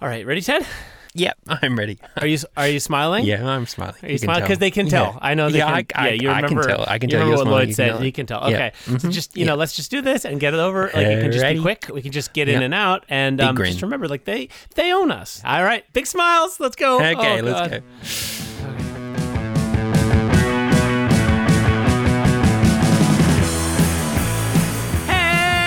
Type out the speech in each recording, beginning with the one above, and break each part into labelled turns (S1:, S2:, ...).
S1: All right, ready, Ted?
S2: Yep, I'm ready.
S1: Are you are you smiling?
S2: Yeah, I'm smiling.
S1: Are you, smiling? Because they can tell. I know they
S2: Yeah, I-
S1: can.
S2: I-
S1: yeah, you
S2: I can
S1: remember.
S2: tell. I can
S1: you
S2: tell
S1: remember
S2: you're
S1: what
S2: smiling,
S1: Lloyd
S2: you can
S1: said.
S2: tell.
S1: you can tell.
S2: Yeah.
S1: Okay, so
S2: Mhm.
S1: just you know, let's just do this and get it over. Like it can just be
S2: Alrighty.
S1: quick. We can just get in
S2: Yep.
S1: and out. And
S2: Big
S1: um,
S2: grin.
S1: just remember, like they they own us. All right, big smiles. Let's go.
S2: Okay,
S1: Oh,
S2: let's
S1: God.
S2: go.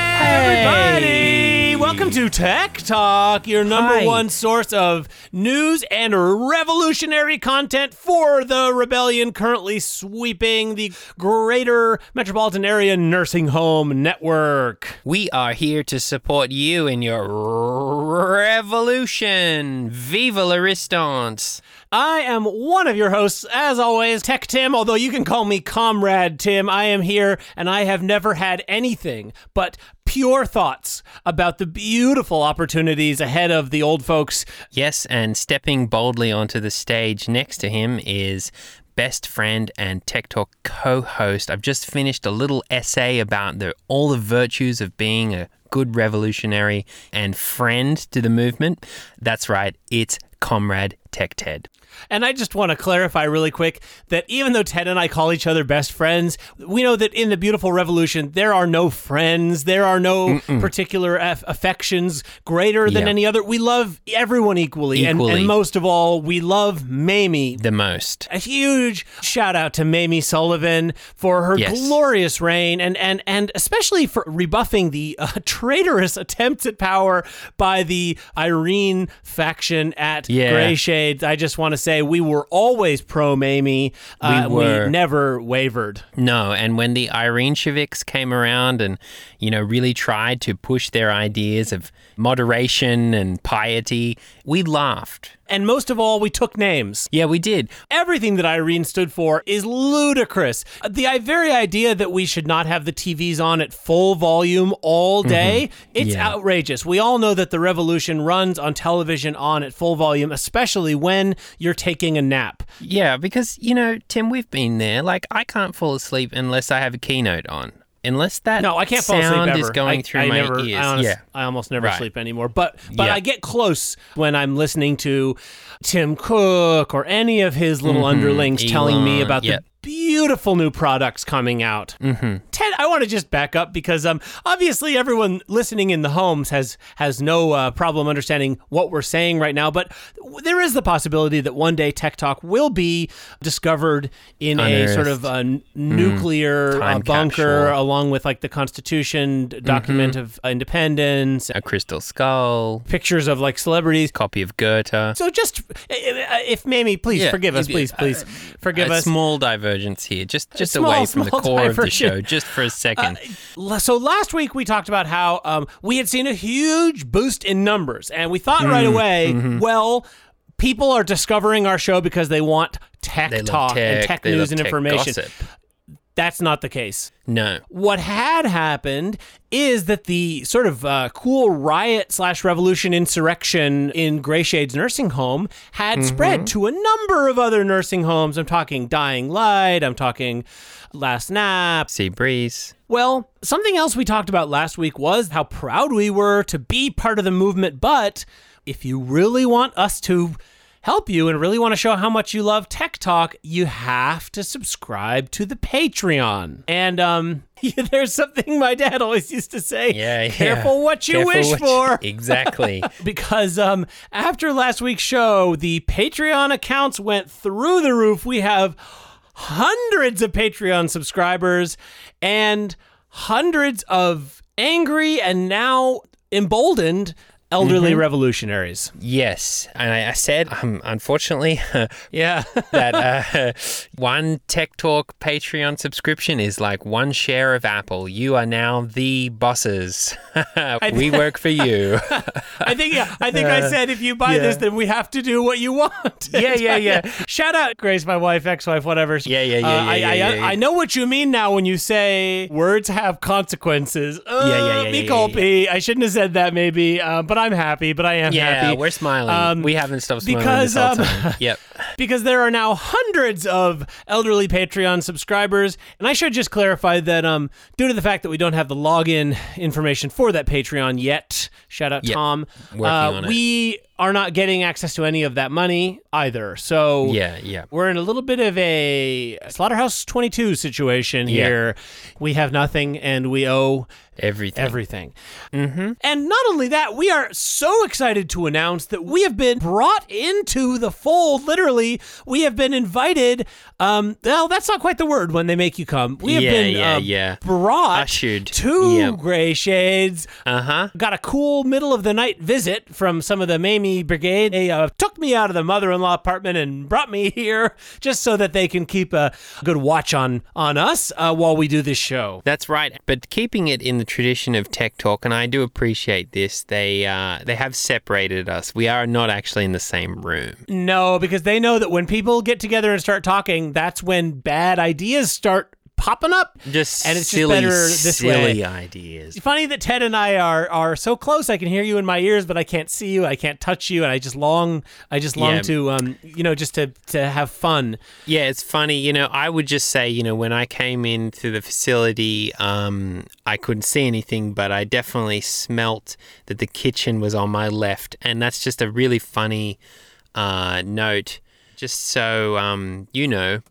S1: Hey, everybody! Welcome to Tech Talk, your number
S2: Hi.
S1: one source of news and revolutionary content for the rebellion currently sweeping the greater metropolitan area nursing home network.
S2: We are here to support you in your revolution. Viva la resistance.
S1: I am one of your hosts, as always, Tech Tim, although you can call me Comrade Tim. I am here and I have never had anything but pure thoughts about the beautiful opportunities ahead of the old folks
S2: Yes, and stepping boldly onto the stage next to him is best friend and Tech Talk co-host. I've just finished a little essay about the all the virtues of being a good revolutionary and friend to the movement. That's right, it's Comrade Tech Ted.
S1: And I just want to clarify really quick that even though Ted and I call each other best friends, we know that in the beautiful revolution, there are no friends, there are no particular aff- affections greater than
S2: Yeah.
S1: any other. We love everyone equally. And- And,
S2: Equally.
S1: most of all, we love Mamie.
S2: The most.
S1: A huge shout out to Mamie Sullivan for her
S2: Yes.
S1: glorious reign and, and, and especially for rebuffing the uh, traitorous attempts at power by the Irene faction at
S2: Yeah.
S1: Grey Shades. I just want to say we were always pro Mamie. Uh,
S2: We were.
S1: never wavered.
S2: No, and when the Irene Sheviks came around and, you know, really tried to push their ideas of moderation and piety, we laughed.
S1: And most of all, we took names.
S2: Yeah, we did.
S1: Everything that Irene stood for is ludicrous. The i- very idea that we should not have the TVs on at full volume all day, it's
S2: Yeah.
S1: outrageous. We all know that the revolution runs on television on at full volume, especially when you're taking a nap.
S2: Yeah, because, you know, Tim, we've been there. Like, I can't fall asleep unless I have a keynote on. Unless that
S1: No, I can't fall asleep
S2: sound
S1: ever.
S2: is going
S1: I,
S2: through
S1: I
S2: my
S1: never,
S2: ears.
S1: I, honest-
S2: yeah.
S1: I almost never
S2: Right.
S1: sleep anymore. But but
S2: Yeah.
S1: I get close when I'm listening to Tim Cook or any of his little underlings telling me
S2: Mm-hmm. Elon,
S1: about
S2: yep.
S1: the beautiful new products coming out. Mm-hmm. Ted, I want to just back up because um obviously everyone listening in the homes has has no uh, problem understanding what we're saying right now, but there is the possibility that one day Tech Talk will be discovered in a sort of
S2: Unearthed.
S1: a n-
S2: Mm-hmm.
S1: nuclear uh,
S2: Time
S1: bunker
S2: capsule. Mm-hmm.
S1: along with like the Constitution d- document of independence,
S2: A crystal skull,
S1: pictures of like celebrities.
S2: copy of Goethe.
S1: So just uh, if Mamie, please
S2: Yeah,
S1: forgive us,
S2: you Uh,
S1: please,
S2: did.
S1: please forgive
S2: a
S1: us.
S2: small divergence here, just just
S1: small,
S2: away from the
S1: small Uh,
S2: core of the
S1: diversion.
S2: show, just for a second.
S1: L- So last week we talked about how um, we had seen a huge boost in numbers, and we thought right
S2: Mm,
S1: away,
S2: mm-hmm.
S1: well, people are discovering our show because they want tech
S2: They love
S1: talk and tech
S2: they love
S1: news and
S2: tech
S1: information.
S2: gossip.
S1: That's not the case.
S2: No.
S1: what had happened is that the sort of uh, cool riot slash revolution insurrection in Grayshade's nursing home had spread to a number of other nursing homes. I'm talking Dying Light. I'm talking Last Nap.
S2: Sea breeze.
S1: Well, something else we talked about last week was how proud we were to be part of the movement. But if you really want us to help you and really want to show how much you love Tech Talk, you have to subscribe to the Patreon. And um, there's something my dad always used to say
S2: Yeah, yeah.
S1: careful what you
S2: Careful
S1: wish
S2: what
S1: for.
S2: you- exactly.
S1: because um, after last week's show, the Patreon accounts went through the roof. We have hundreds of Patreon subscribers and hundreds of angry and now emboldened elderly revolutionaries.
S2: yes, and I, I said, um, unfortunately,
S1: Yeah.
S2: that uh, one Tech Talk Patreon subscription is like one share of Apple. You are now the bosses. we work for you.
S1: I think yeah, I think I said if you buy this then we have to do what you want.
S2: Uh, Yeah, yeah, yeah.
S1: Shout out Grace, my wife, ex-wife, whatever.
S2: Yeah, yeah, yeah,
S1: Uh,
S2: yeah,
S1: I,
S2: yeah,
S1: I,
S2: yeah,
S1: I,
S2: yeah.
S1: know what you mean now when you say words have consequences. Uh,
S2: yeah, yeah, yeah,
S1: me
S2: yeah,
S1: culpy. I shouldn't have said that maybe, uh, but I'm happy, but I am
S2: yeah,
S1: happy.
S2: we're smiling.
S1: Um,
S2: we haven't stopped smiling
S1: because,
S2: this whole
S1: um,
S2: time. Yep.
S1: because there are now hundreds of elderly Patreon subscribers. And I should just clarify that um, due to the fact that we don't have the login information for that Patreon yet, shout out
S2: Yep.
S1: Tom,
S2: Working
S1: uh,
S2: on it.
S1: we are not getting access to any of that money either. So
S2: Yeah, yeah.
S1: we're in a little bit of a slaughterhouse 22 situation here. We have nothing and we owe
S2: Everything.
S1: everything. Mm-hmm. And not only that, we are so excited to announce that we have been brought into the fold. Literally, we have been invited. Um, well, that's not quite the word when they make you come. We have
S2: Yeah,
S1: been
S2: yeah,
S1: um,
S2: yeah.
S1: brought
S2: Ushered.
S1: to
S2: Yeah.
S1: Gray Shades.
S2: uh huh.
S1: Got a cool middle of the night visit from some of the Mamie Brigade. They uh, took me out of the mother in law apartment and brought me here just so that they can keep a good watch on on us uh, while we do this show.
S2: That's right. But keeping it in the tradition of Tech Talk, and I do appreciate this, they uh, they have separated us. We are not actually in the same room.
S1: No, because they know that when people get together and start talking, that's when bad ideas start popping up.
S2: Just
S1: And it's just
S2: silly,
S1: better this
S2: silly
S1: way.
S2: ideas.
S1: It's funny that Ted and I are are so close. I can hear you in my ears, but I can't see you. I can't touch you, and I just long, I just long
S2: Yeah.
S1: to, um, you know, just to to have fun.
S2: Yeah, it's funny. You know, I would just say, you know, when I came into the facility, um, I couldn't see anything, but I definitely smelt that the kitchen was on my left. And that's just a really funny uh, note. Just so um, you know,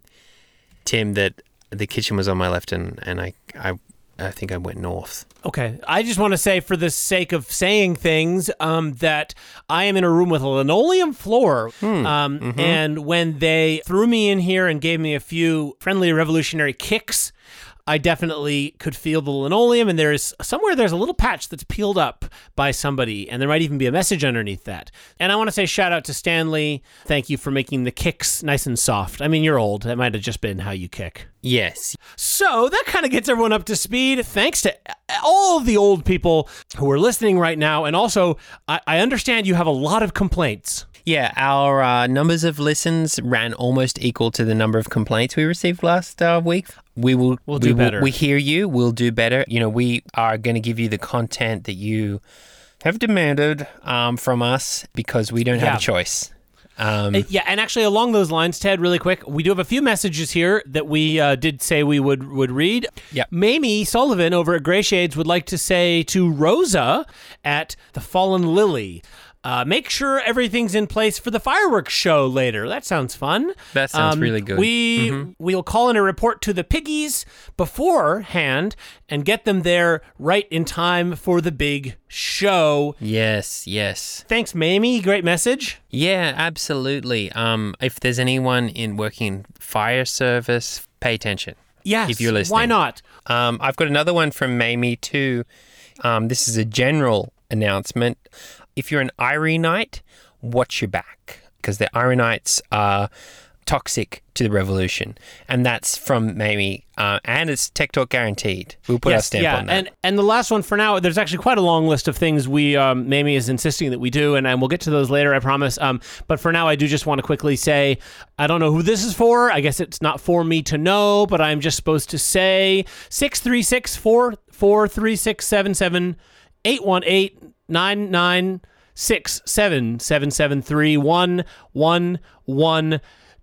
S2: Tim, that the kitchen was on my left and, and I, I, I think I went north.
S1: Okay, I just want to say, for the sake of saying things, um, that I am in a room with a linoleum floor, um, and when they threw me in here and gave me a few friendly revolutionary kicks, I definitely could feel the linoleum, and there is somewhere there's a little patch that's peeled up by somebody, and there might even be a message underneath that. And I want to say shout out to Stanley. Thank you for making the kicks nice and soft. I mean, you're old; that might have just been how you kick.
S2: Yes.
S1: So that kind of gets everyone up to speed. Thanks to uh, all the old people who are listening right now. And also, I, I understand you have a lot of complaints.
S2: Yeah, our uh, numbers of listens ran almost equal to the number of complaints we received last uh, week. We will
S1: We'll
S2: we
S1: do better.
S2: We hear you. We'll do better. You know, we are going to give you the content that you have demanded um, from us because we don't
S1: Yeah.
S2: have a choice. Um,
S1: Yeah, and actually, along those lines, Ted, really quick, we do have a few messages here that we uh, did say we would would read.
S2: Yep.
S1: Mamie Sullivan over at Gray Shades would like to say to Rosa at the Fallen Lily. Uh, make sure everything's in place for the fireworks show later. That sounds fun.
S2: That sounds really good.
S1: Um,
S2: Mm-hmm.
S1: We we'll call in a report to the piggies beforehand and get them there right in time for the big show.
S2: yes, yes.
S1: Thanks, Mamie. Great message.
S2: Yeah, absolutely. Um, if there's anyone in working in fire service, pay attention.
S1: Yes.
S2: If you're
S1: why
S2: listening.
S1: not?
S2: Um, I've got another one from Mamie too. Um, this is a general announcement. If you're an Ireneite, watch your back because the Irenites are toxic to the revolution, and that's from Mamie. Uh, and it's Tech Talk guaranteed. We'll put our stamp on that.
S1: And and the last one for now, there's actually quite a long list of things we um, Mamie is insisting that we do, and, and we'll get to those later, I promise. Um, but for now, I do just want to quickly say, I don't know who this is for. I guess it's not for me to know, but I'm just supposed to say six three six four four three six seven seven eight one eight nine nine six seven seven seven three one one one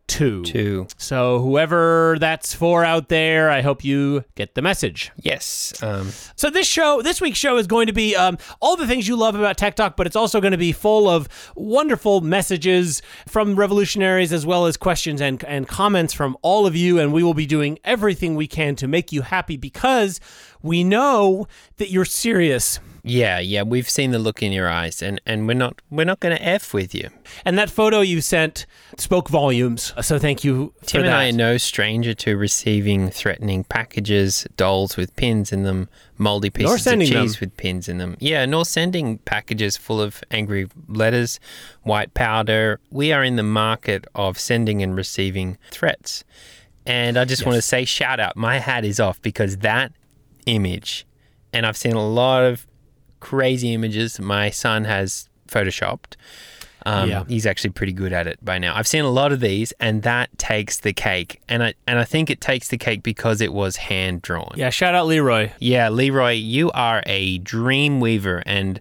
S1: two.
S2: Two.
S1: So whoever that's for out there, I hope you get the message.
S2: Yes. Um,
S1: So this show, this week's show is going to be um, all the things you love about Tech Talk, but it's also going to be full of wonderful messages from revolutionaries as well as questions and and comments from all of you. And we will be doing everything we can to make you happy because we know that you're serious.
S2: yeah. Yeah. We've seen the look in your eyes, and, and we're not we're not going to f with you.
S1: And that photo you sent spoke volumes. So thank you for
S2: Tim and
S1: that.
S2: I are no stranger to receiving threatening packages, dolls with pins in them, moldy pieces of
S1: sending
S2: cheese
S1: them.
S2: with pins in them. Yeah, nor sending packages full of angry letters, white powder. We are in the market of sending and receiving threats. And I just want to say, shout out, my hat is off because that image, and I've seen a lot of crazy images my son has photoshopped. Um,
S1: Yeah.
S2: He's actually pretty good at it by now. I've seen a lot of these, and that takes the cake. And I and I think it takes the cake because it was hand drawn.
S1: yeah, shout out Leroy.
S2: Yeah, Leroy, you are a dream weaver, and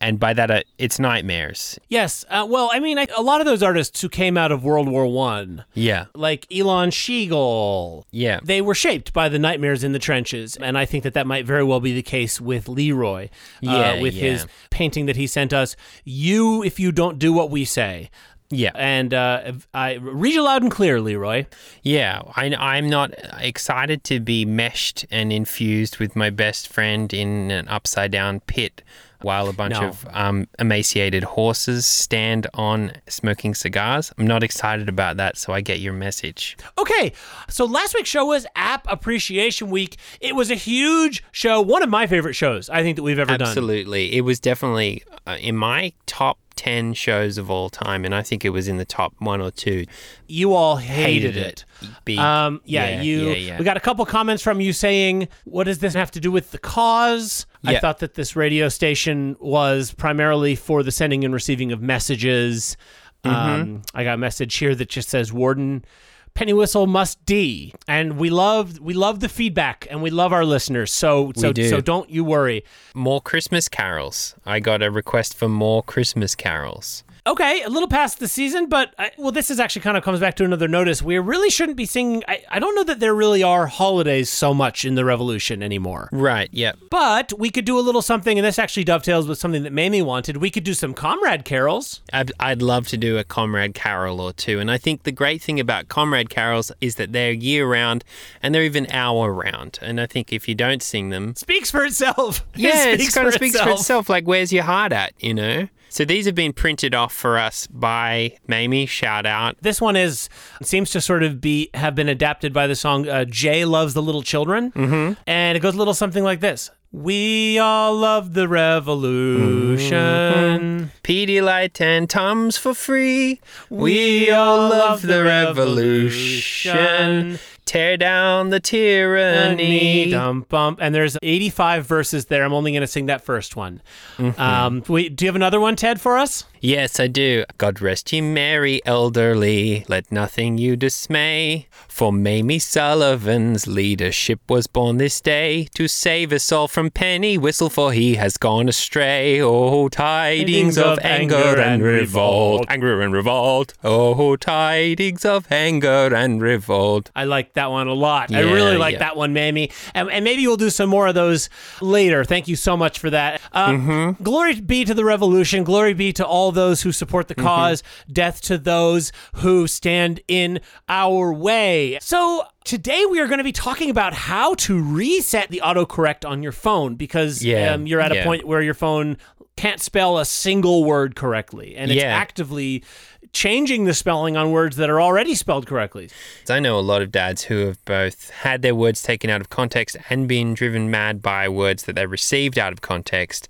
S2: and by that uh, it's nightmares.
S1: Yes. Uh, well, I mean, I, a lot of those artists who came out of World War One,
S2: Yeah,
S1: like Elon Siegel,
S2: yeah,
S1: they were shaped by the nightmares in the trenches and i think that that might very well be the case with leroy uh,
S2: Yeah,
S1: with
S2: yeah.
S1: his painting that he sent us you if you don't do what we say.
S2: Yeah.
S1: And uh, I read you loud and clear, Leroy.
S2: Yeah. I, I'm not excited to be meshed and infused with my best friend in an upside down pit while a bunch
S1: No.
S2: of um, emaciated horses stand on smoking cigars. I'm not excited about that. So I get your message.
S1: Okay, so last week's show was App Appreciation Week. It was a huge show, one of my favorite shows I think that we've ever done.
S2: Absolutely. It was definitely uh, in my top 10 shows of all time. And I think it was in the top one or two.
S1: You all hated, it.
S2: Big-
S1: Um, yeah, you.
S2: Yeah, yeah.
S1: We got a couple comments from you saying, "What does this have to do with the cause?" I
S2: Yeah.
S1: thought that this radio station was primarily for the sending and receiving of messages.
S2: Mm-hmm.
S1: Um, I got a message here that just says, "Warden." Pennywhistle must D, and we love we love the feedback, and we love our listeners. So so
S2: do.
S1: so don't you worry.
S2: more Christmas carols. I got a request for more Christmas carols.
S1: Okay, a little past the season, but I, well, this is actually kind of comes back to another notice. We really shouldn't be singing. I, I don't know that there really are holidays so much in the revolution anymore.
S2: Right, yeah.
S1: But we could do a little something, and this actually dovetails with something that Mamie wanted. We could do some comrade carols.
S2: I'd, I'd love to do a comrade carol or two. And I think the great thing about comrade carols is that they're year round and they're even hour round. And I think if you don't sing them,
S1: Speaks for itself. It
S2: yeah, it's kind of speaks for itself. Like, where's your heart at, you know? So these have been printed off for us by Mamie. Shout out.
S1: This one is seems to sort of be have been adapted by the song uh, "Jay Loves the Little Children," mm-hmm. and it goes a little something like this: "We all love the revolution."
S2: Mm-hmm. Pedialyte and Tums for free.
S1: We all love the revolution.
S2: Tear down the tyranny.
S1: Dum bump. And there's 85 verses there. I'm only going to sing that first one.
S2: Mm-hmm.
S1: Um, wait, do you have another one, Ted, for us?
S2: Yes, I do. God rest ye merry elderly. Let nothing you dismay. For Mamie Sullivan's leadership was born this day to save us all from penny whistle, for he has gone astray. Oh, tidings
S1: Tidings of
S2: of anger
S1: anger and
S2: and revolt.
S1: revolt.
S2: Anger and revolt. Oh, tidings of anger and revolt.
S1: I like that one a lot. I
S2: Yeah,
S1: really like
S2: yeah.
S1: that one, Mamie. And, and maybe we'll do some more of those later. Thank you so much for that. Uh,
S2: Mm-hmm.
S1: Glory be to the revolution. Glory be to all those who support
S2: Mm-hmm.
S1: the because Death to those who stand in our way. So today we are going to be talking about how to reset the autocorrect on your phone because
S2: Yeah,
S1: um, you're at a
S2: yeah.
S1: point where your phone can't spell a single word correctly, and it's
S2: Yeah.
S1: actively changing the spelling on words that are already spelled correctly.
S2: I know a lot of dads who have both had their words taken out of context and been driven mad by words that they received out of context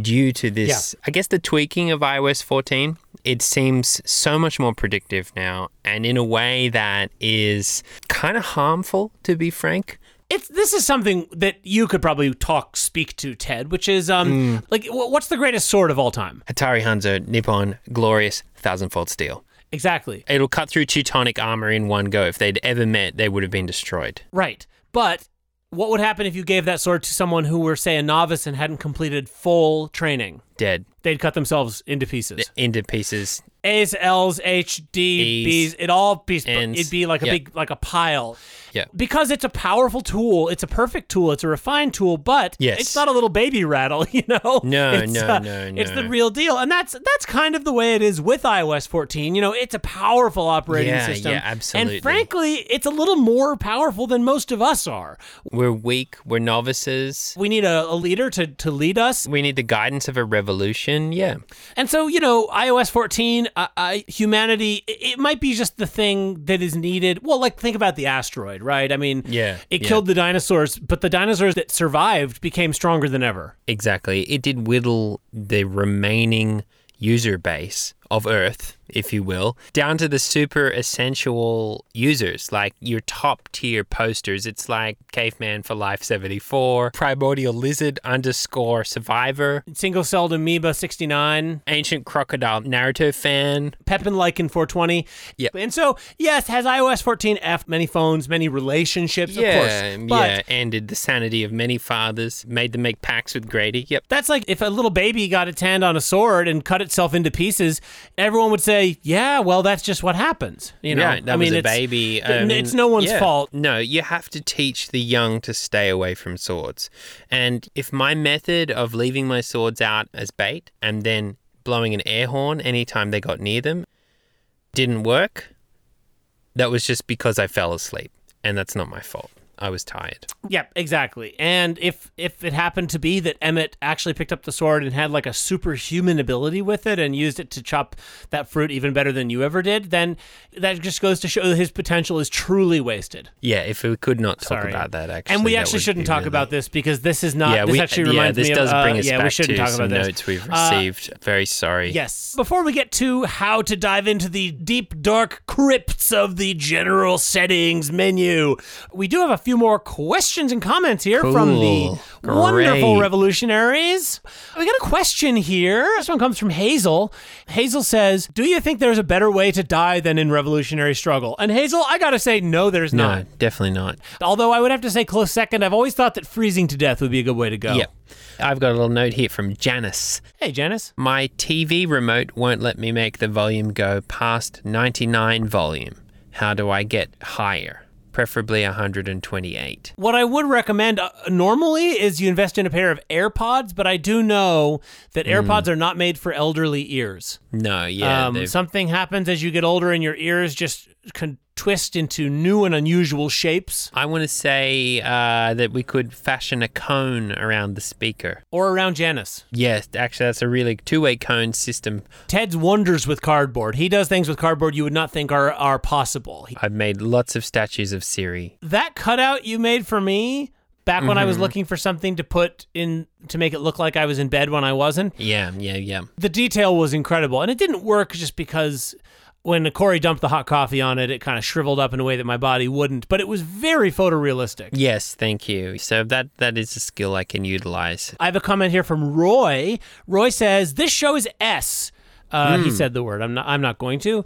S2: due to this, I guess, the tweaking of iOS 14. It seems so much more predictive now and in a way that is kind of harmful, to be frank.
S1: it's this is something that you could probably talk speak to Ted, which is um like wh- what's the greatest sword of all time?
S2: Atari Hanzo, Nippon, glorious, thousandfold steel.
S1: Exactly.
S2: It'll cut through Teutonic armor in one go. If they'd ever met, they would have been destroyed.
S1: Right. But what would happen if you gave that sword to someone who were say a novice and hadn't completed full training?
S2: Dead
S1: They'd cut themselves into pieces.
S2: into pieces.
S1: A's, L's, H, D,
S2: E's,
S1: B's. It all be
S2: N's.
S1: it'd be like a
S2: Yeah.
S1: big like a pile.
S2: Yeah.
S1: Because it's a powerful tool, it's a perfect tool, it's a refined tool, but
S2: Yes.
S1: it's not a little baby rattle, you know.
S2: No,
S1: it's, uh,
S2: no, no,
S1: It's the
S2: no.
S1: real deal, and that's that's kind of the way it is with iOS 14. You know, it's a powerful operating
S2: Yeah,
S1: system,
S2: yeah, absolutely.
S1: And frankly, it's a little more powerful than most of us are.
S2: We're weak. We're novices.
S1: We need a, a leader to to lead us,
S2: We need the guidance of a revolution. Yeah.
S1: And so, you know, iOS 14, uh, uh, humanity, it, it might be just the thing that is needed. Well, like, think about the asteroid, right? I mean,
S2: Yeah,
S1: it
S2: yeah.
S1: killed the dinosaurs, but the dinosaurs that survived became stronger than ever.
S2: Exactly. It did whittle the remaining user base of Earth, if you will, down to the super essential users, like your top tier posters. It's like Caveman for Life 74, Primordial Lizard underscore Survivor,
S1: Single celled amoeba 69,
S2: Ancient Crocodile Naruto fan.
S1: Pepin Lycan 420.
S2: Yeah.
S1: And so, yes, has iOS 14 F many phones, many relationships, of course. But
S2: yeah. Ended the sanity of many fathers, made them make pacts with Grady. Yep.
S1: That's like if a little baby got its hand on a sword and cut itself into pieces, everyone would say, "Yeah, well, that's just what happens." You know,
S2: Yeah, that
S1: I mean,
S2: was a
S1: it's,
S2: baby.
S1: n-
S2: um,
S1: it's no one's
S2: yeah.
S1: fault.
S2: No, you have to teach the young to stay away from swords. And if my method of leaving my swords out as bait and then blowing an air horn anytime they got near them. Didn't work. That was just because I fell asleep, and that's not my fault. I was tired.
S1: Yep, exactly. And if if it happened to be that Emmett actually picked up the sword and had like a superhuman ability with it and used it to chop that fruit even better than you ever did, then that just goes to show that his potential is truly wasted.
S2: Yeah, if we could not talk
S1: Sorry.
S2: about that actually.
S1: and we
S2: that
S1: actually
S2: would
S1: shouldn't
S2: be
S1: talk
S2: really-
S1: about this because this is not.
S2: Yeah,
S1: this
S2: we,
S1: actually
S2: yeah,
S1: reminds
S2: this
S1: me
S2: does
S1: of.
S2: bring
S1: uh,
S2: us
S1: yeah,
S2: back
S1: we shouldn't
S2: to
S1: talk
S2: some
S1: about this.
S2: notes we've
S1: Uh,
S2: received. Very sorry.
S1: Yes. Before we get to how to dive into the deep, dark crypts of the general settings menu, we do have a few more questions and comments here from the
S2: Cool.
S1: wonderful
S2: Great.
S1: revolutionaries. We got a question here. This one comes from Hazel. Hazel says, Do you think there's a better way to die than in revolutionary struggle? And Hazel, I gotta say, no, there's
S2: No,
S1: not.
S2: definitely not.
S1: Although I would have to say, close second, I've always thought that freezing to death would be a good way to go.
S2: Yep. I've got a little note here from Janice.
S1: Hey, Janice.
S2: My TV remote won't let me make the volume go past 99 volume. How do I get higher? Preferably 128.
S1: What I would recommend uh, normally is you invest in a pair of AirPods, but I do know that AirPods are not made for elderly ears.
S2: No, Hmm. yeah.
S1: um,
S2: they've-
S1: something happens as you get older, and your ears just can twist into new and unusual shapes
S2: I want to say uh, that we could fashion a cone around the speaker.
S1: or around Janice.
S2: Yes, actually, that's a really two way cone system.
S1: Ted's wonders with cardboard. He does things with cardboard you would not think are, are possible. He-
S2: I've made lots of statues of Siri.
S1: that cutout you made for me back when I was
S2: Mm-hmm.
S1: looking for something to put in to make it look like I was in bed when I wasn't,
S2: Yeah, yeah, yeah.
S1: the detail was incredible and it didn't work just because when Corey dumped the hot coffee on it, it kind of shriveled up in a way that my body wouldn't, but it was very photorealistic.
S2: Yes, thank you. So that that is a skill I can utilize.
S1: I have a comment here from Roy. Roy says, This show is S. Uh,
S2: Hmm.
S1: He said the word. I'm not, I'm not going to.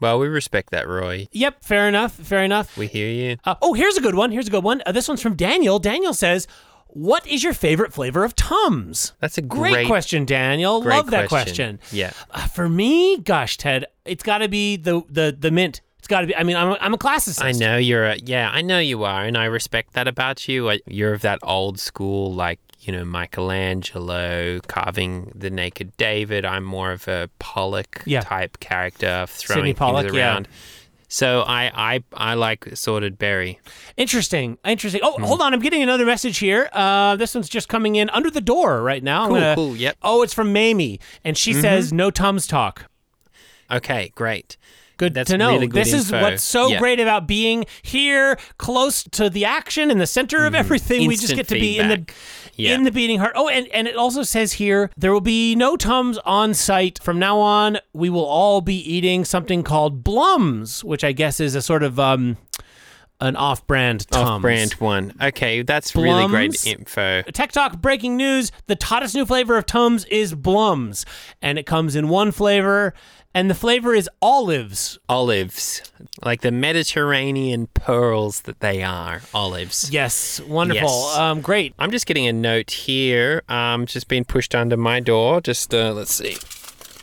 S2: Well, we respect that, Roy.
S1: Yep, fair enough. Fair enough.
S2: We hear you.
S1: Uh, oh, here's a good one. Here's a good one. Uh, this one's from Daniel. Daniel says, What is your favorite flavor of Tums?
S2: That's a
S1: Great,
S2: great,
S1: question, Daniel.
S2: great
S1: Love that question.
S2: Yeah.
S1: Uh, for me, gosh, Ted, it's got to be the the the mint. It's got to be. I mean, I'm a, I'm a classicist.
S2: I know you're a yeah, I know you are, and I respect that about you. I, you're of that old school, like you know Michelangelo carving the naked David. I'm more of a Pollock
S1: Yeah.
S2: type character, throwing things
S1: Pollock, yeah.
S2: around. So I, I I like sorted berry.
S1: Interesting. Interesting.
S2: Hmm.
S1: Oh, hold on. I'm getting another message here. Uh, this one's just coming in under the door right now. I'm
S2: Cool,
S1: gonna-
S2: cool, yep. Mm-hmm.
S1: Oh, it's from Mamie, and she says no Tums talk.
S2: Okay, great.
S1: Good
S2: That's
S1: to know.
S2: really good
S1: this is
S2: info.
S1: what's so
S2: Yeah.
S1: great about being here, close to the action, in the center of everything. we just
S2: Mm-hmm. Instant
S1: get to be in the
S2: feedback. Yeah.
S1: in the beating heart. Oh, and and it also says here there will be no tums on site from now on. We will all be eating something called blums, which I guess is a sort of um an off-brand tums.
S2: Off-brand one. Okay, that's really
S1: Blums.
S2: great info.
S1: Tech Talk breaking news. The hottest new flavor of Tums is Blums, and it comes in one flavor, and the flavor is olives.
S2: Olives, like the Mediterranean pearls that they are. Olives.
S1: Yes, wonderful.
S2: Yes.
S1: Um, great.
S2: I'm just getting a note here. Um, just being pushed under my door. Just uh, let's see.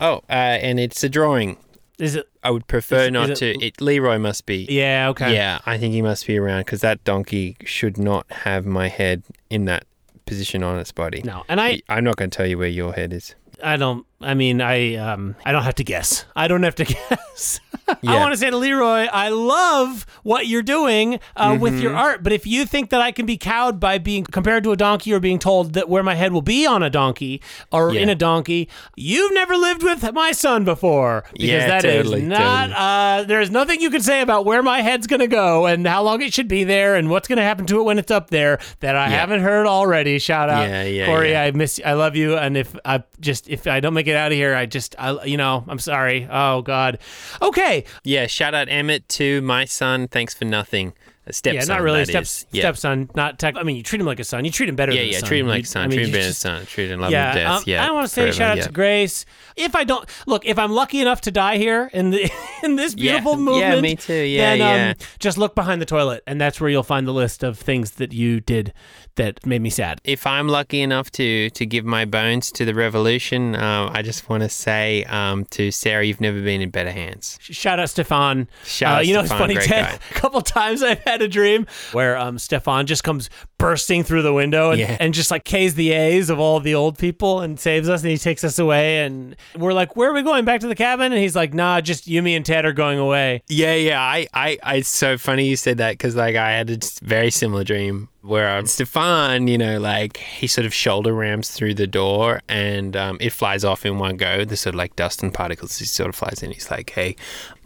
S2: Oh, uh, and it's a drawing.
S1: Is it?
S2: I would prefer
S1: Is it-
S2: not
S1: is it-
S2: to. It Leroy must be.
S1: Yeah. Okay.
S2: Yeah, I think he must be around because that donkey should not have my head in that position on its body.
S1: No, and I,
S2: I'm not going to tell you where your head is.
S1: I don't. I mean, I, um, I don't have to guess. I don't have to guess. I
S2: Yeah.
S1: want to say to Leroy, I love what you're doing uh, with
S2: Mm-hmm.
S1: your art, but if you think that I can be cowed by being compared to a donkey or being told that where my head will be on a donkey or
S2: Yeah.
S1: in a donkey, you've never lived with my son before because
S2: Yeah,
S1: that is
S2: totally,
S1: not.
S2: totally.
S1: Uh, there's nothing you can say about where my head's going to go and how long it should be there and what's going to happen to it when it's up there that I haven't heard already. Shout out,
S2: Yeah, yeah,
S1: Corey.
S2: yeah.
S1: I miss. I love you. And if I just if I don't make it out of here, I just I you know I'm sorry. Oh God. Okay.
S2: Yeah, shout out Emmett to my son. Thanks for nothing. A
S1: Yeah,
S2: stepson.
S1: not really.
S2: that
S1: Step,
S2: is. Yeah.
S1: Stepson, not tech. I mean, you treat him like a son. You treat him better
S2: Yeah,
S1: than a
S2: yeah.
S1: son.
S2: Treat him
S1: You-
S2: like a son.
S1: I mean,
S2: treat
S1: you
S2: him as a
S1: just-
S2: son. Treat him love
S1: Yeah,
S2: and death.
S1: um,
S2: yeah.
S1: I don't want to say
S2: forever,
S1: shout out
S2: yeah.
S1: to Grace. If I don't look, if I'm lucky enough to die here in the in this
S2: Yeah,
S1: beautiful
S2: yeah,
S1: movement,
S2: me too. Yeah,
S1: then,
S2: yeah.
S1: Um, just look behind the toilet, and that's where you'll find the list of things that you did that made me sad.
S2: If I'm lucky enough to to give my bones to the revolution, uh, I just want to say um, to Sarah, you've never been in better hands.
S1: Shout out Stefan. Uh,
S2: Shout out
S1: you know,
S2: Stefan,
S1: it's funny,
S2: great
S1: Ted.
S2: guy.
S1: A couple times I've had a dream where um, Stefan just comes bursting through the window and,
S2: Yeah.
S1: and just like K's the A's of all the old people and saves us and he takes us away and we're like, Where are we going? Back to the cabin? And he's like, Nah, just Yumi and Ted are going away.
S2: Yeah, yeah. I, I, I it's so funny you said that because like I had a s- very similar dream where um, Stefan, you know, like he sort of shoulder rams through the door and um, it flies off in one go. The sort of like dust and particles. He sort of flies in. He's like, "Hey,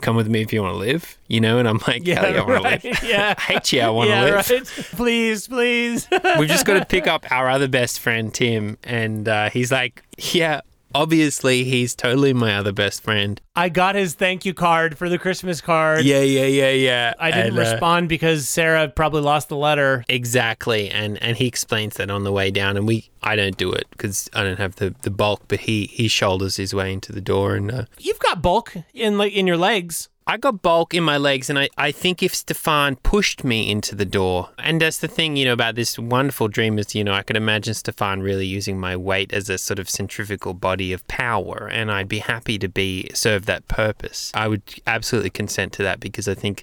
S2: come with me if you want to live," you know. And I'm like, "Yeah, I want
S1: right.
S2: to live.
S1: yeah.
S2: I hate you. I want to
S1: yeah,
S2: live."
S1: right. Please, please.
S2: We've just got to pick up our other best friend, Tim, and uh, he's like, "Yeah." Obviously, he's totally my other best friend.
S1: I got his thank you card for the Christmas card.
S2: Yeah, yeah, yeah, yeah.
S1: I didn't
S2: And, uh,
S1: respond because Sarah probably lost the letter.
S2: Exactly, and and he explains that on the way down, and we I don't do it because I don't have the, the bulk, but he he shoulders his way into the door, and uh,
S1: You've got bulk in like in your legs.
S2: I got bulk in my legs, and I I think if Stefan pushed me into the door, and that's the thing you know about this wonderful dream is you know I could imagine Stefan really using my weight as a sort of centrifugal body of power, and I'd be happy to be serve that purpose. I would absolutely consent to that because I think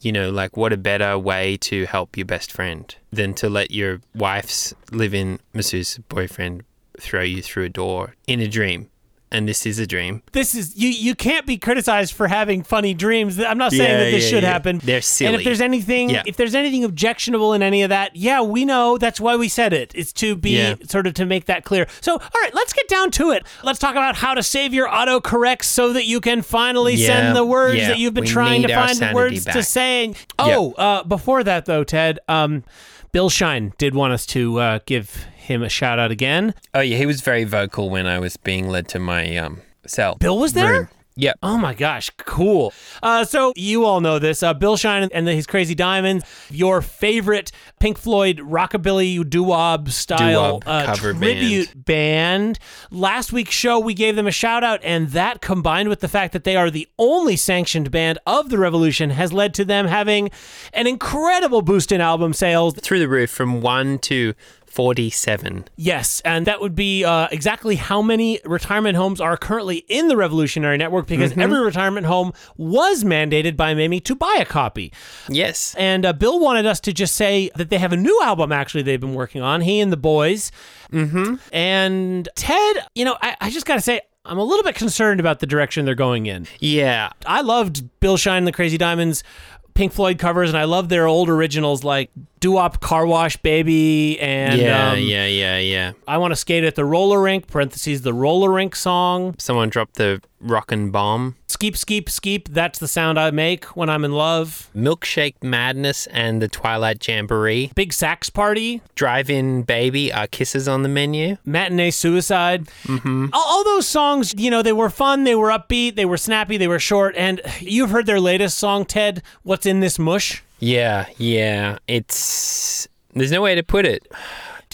S2: you know, like what a better way to help your best friend than to let your wife's live in masseuse boyfriend throw you through a door in a dream. And this is a dream.
S1: This is you. You can't be criticized for having funny dreams. I'm not saying
S2: Yeah,
S1: that this
S2: yeah,
S1: should
S2: yeah.
S1: happen.
S2: They're
S1: And
S2: silly.
S1: if there's anything,
S2: Yeah.
S1: if there's anything objectionable in any of that, yeah, we know. That's why we said it. It's to be
S2: Yeah.
S1: sort of to make that clear. So, all right, let's get down to it. Let's talk about how to save your autocorrects so that you can finally
S2: Yeah,
S1: send the words
S2: yeah.
S1: that you've been
S2: We
S1: trying
S2: need
S1: to
S2: our
S1: find the
S2: sanity
S1: words to
S2: back.
S1: say. Oh, uh, before that though, Ted, um, Bill Shine did want us to uh, give him a shout out again.
S2: Oh yeah, he was very vocal when I was being led to my um cell.
S1: Bill was there?
S2: Room. Yep.
S1: Oh my gosh, cool. Uh, so you all know this. Uh, Bill Shine and the, his Crazy Diamonds, your favorite Pink Floyd rockabilly doo-wop style
S2: Doo-wop
S1: uh,
S2: cover
S1: tribute band. Last week's show, we gave them a shout out, and that combined with the fact that they are the only sanctioned band of the Revolution has led to them having an incredible boost in album sales.
S2: Through the roof from one to forty-seven.
S1: Yes, and that would be uh, exactly how many retirement homes are currently in the Revolutionary Network because every retirement home was mandated by Mamie to buy a copy.
S2: Yes.
S1: And uh, Bill wanted us to just say that they have a new album, actually, they've been working on, he and the boys. Mm-hmm. And Ted, you know, I, I just got to say, I'm a little bit concerned about the direction they're going in.
S2: Yeah.
S1: I loved Bill Shine and the Crazy Diamonds, Pink Floyd covers, and I love their old originals like Doo Wop Car Wash Baby and.
S2: yeah.
S1: um,
S2: yeah. Yeah. Yeah.
S1: I want to skate at the roller rink, parentheses, the roller rink song.
S2: Someone dropped the rockin' bomb.
S1: Skeep, skeep, skeep. That's the sound I make when I'm in love.
S2: Milkshake Madness and the Twilight Jamboree.
S1: Big sax party,
S2: Drive-in baby are kisses on the menu.
S1: matinee suicide. Mm-hmm. All, all those songs, you know, they were fun, they were upbeat, they were snappy, they were short. And you've heard their latest song, Ted, What's in This Mush?
S2: Yeah. Yeah. It's there's no way to put it.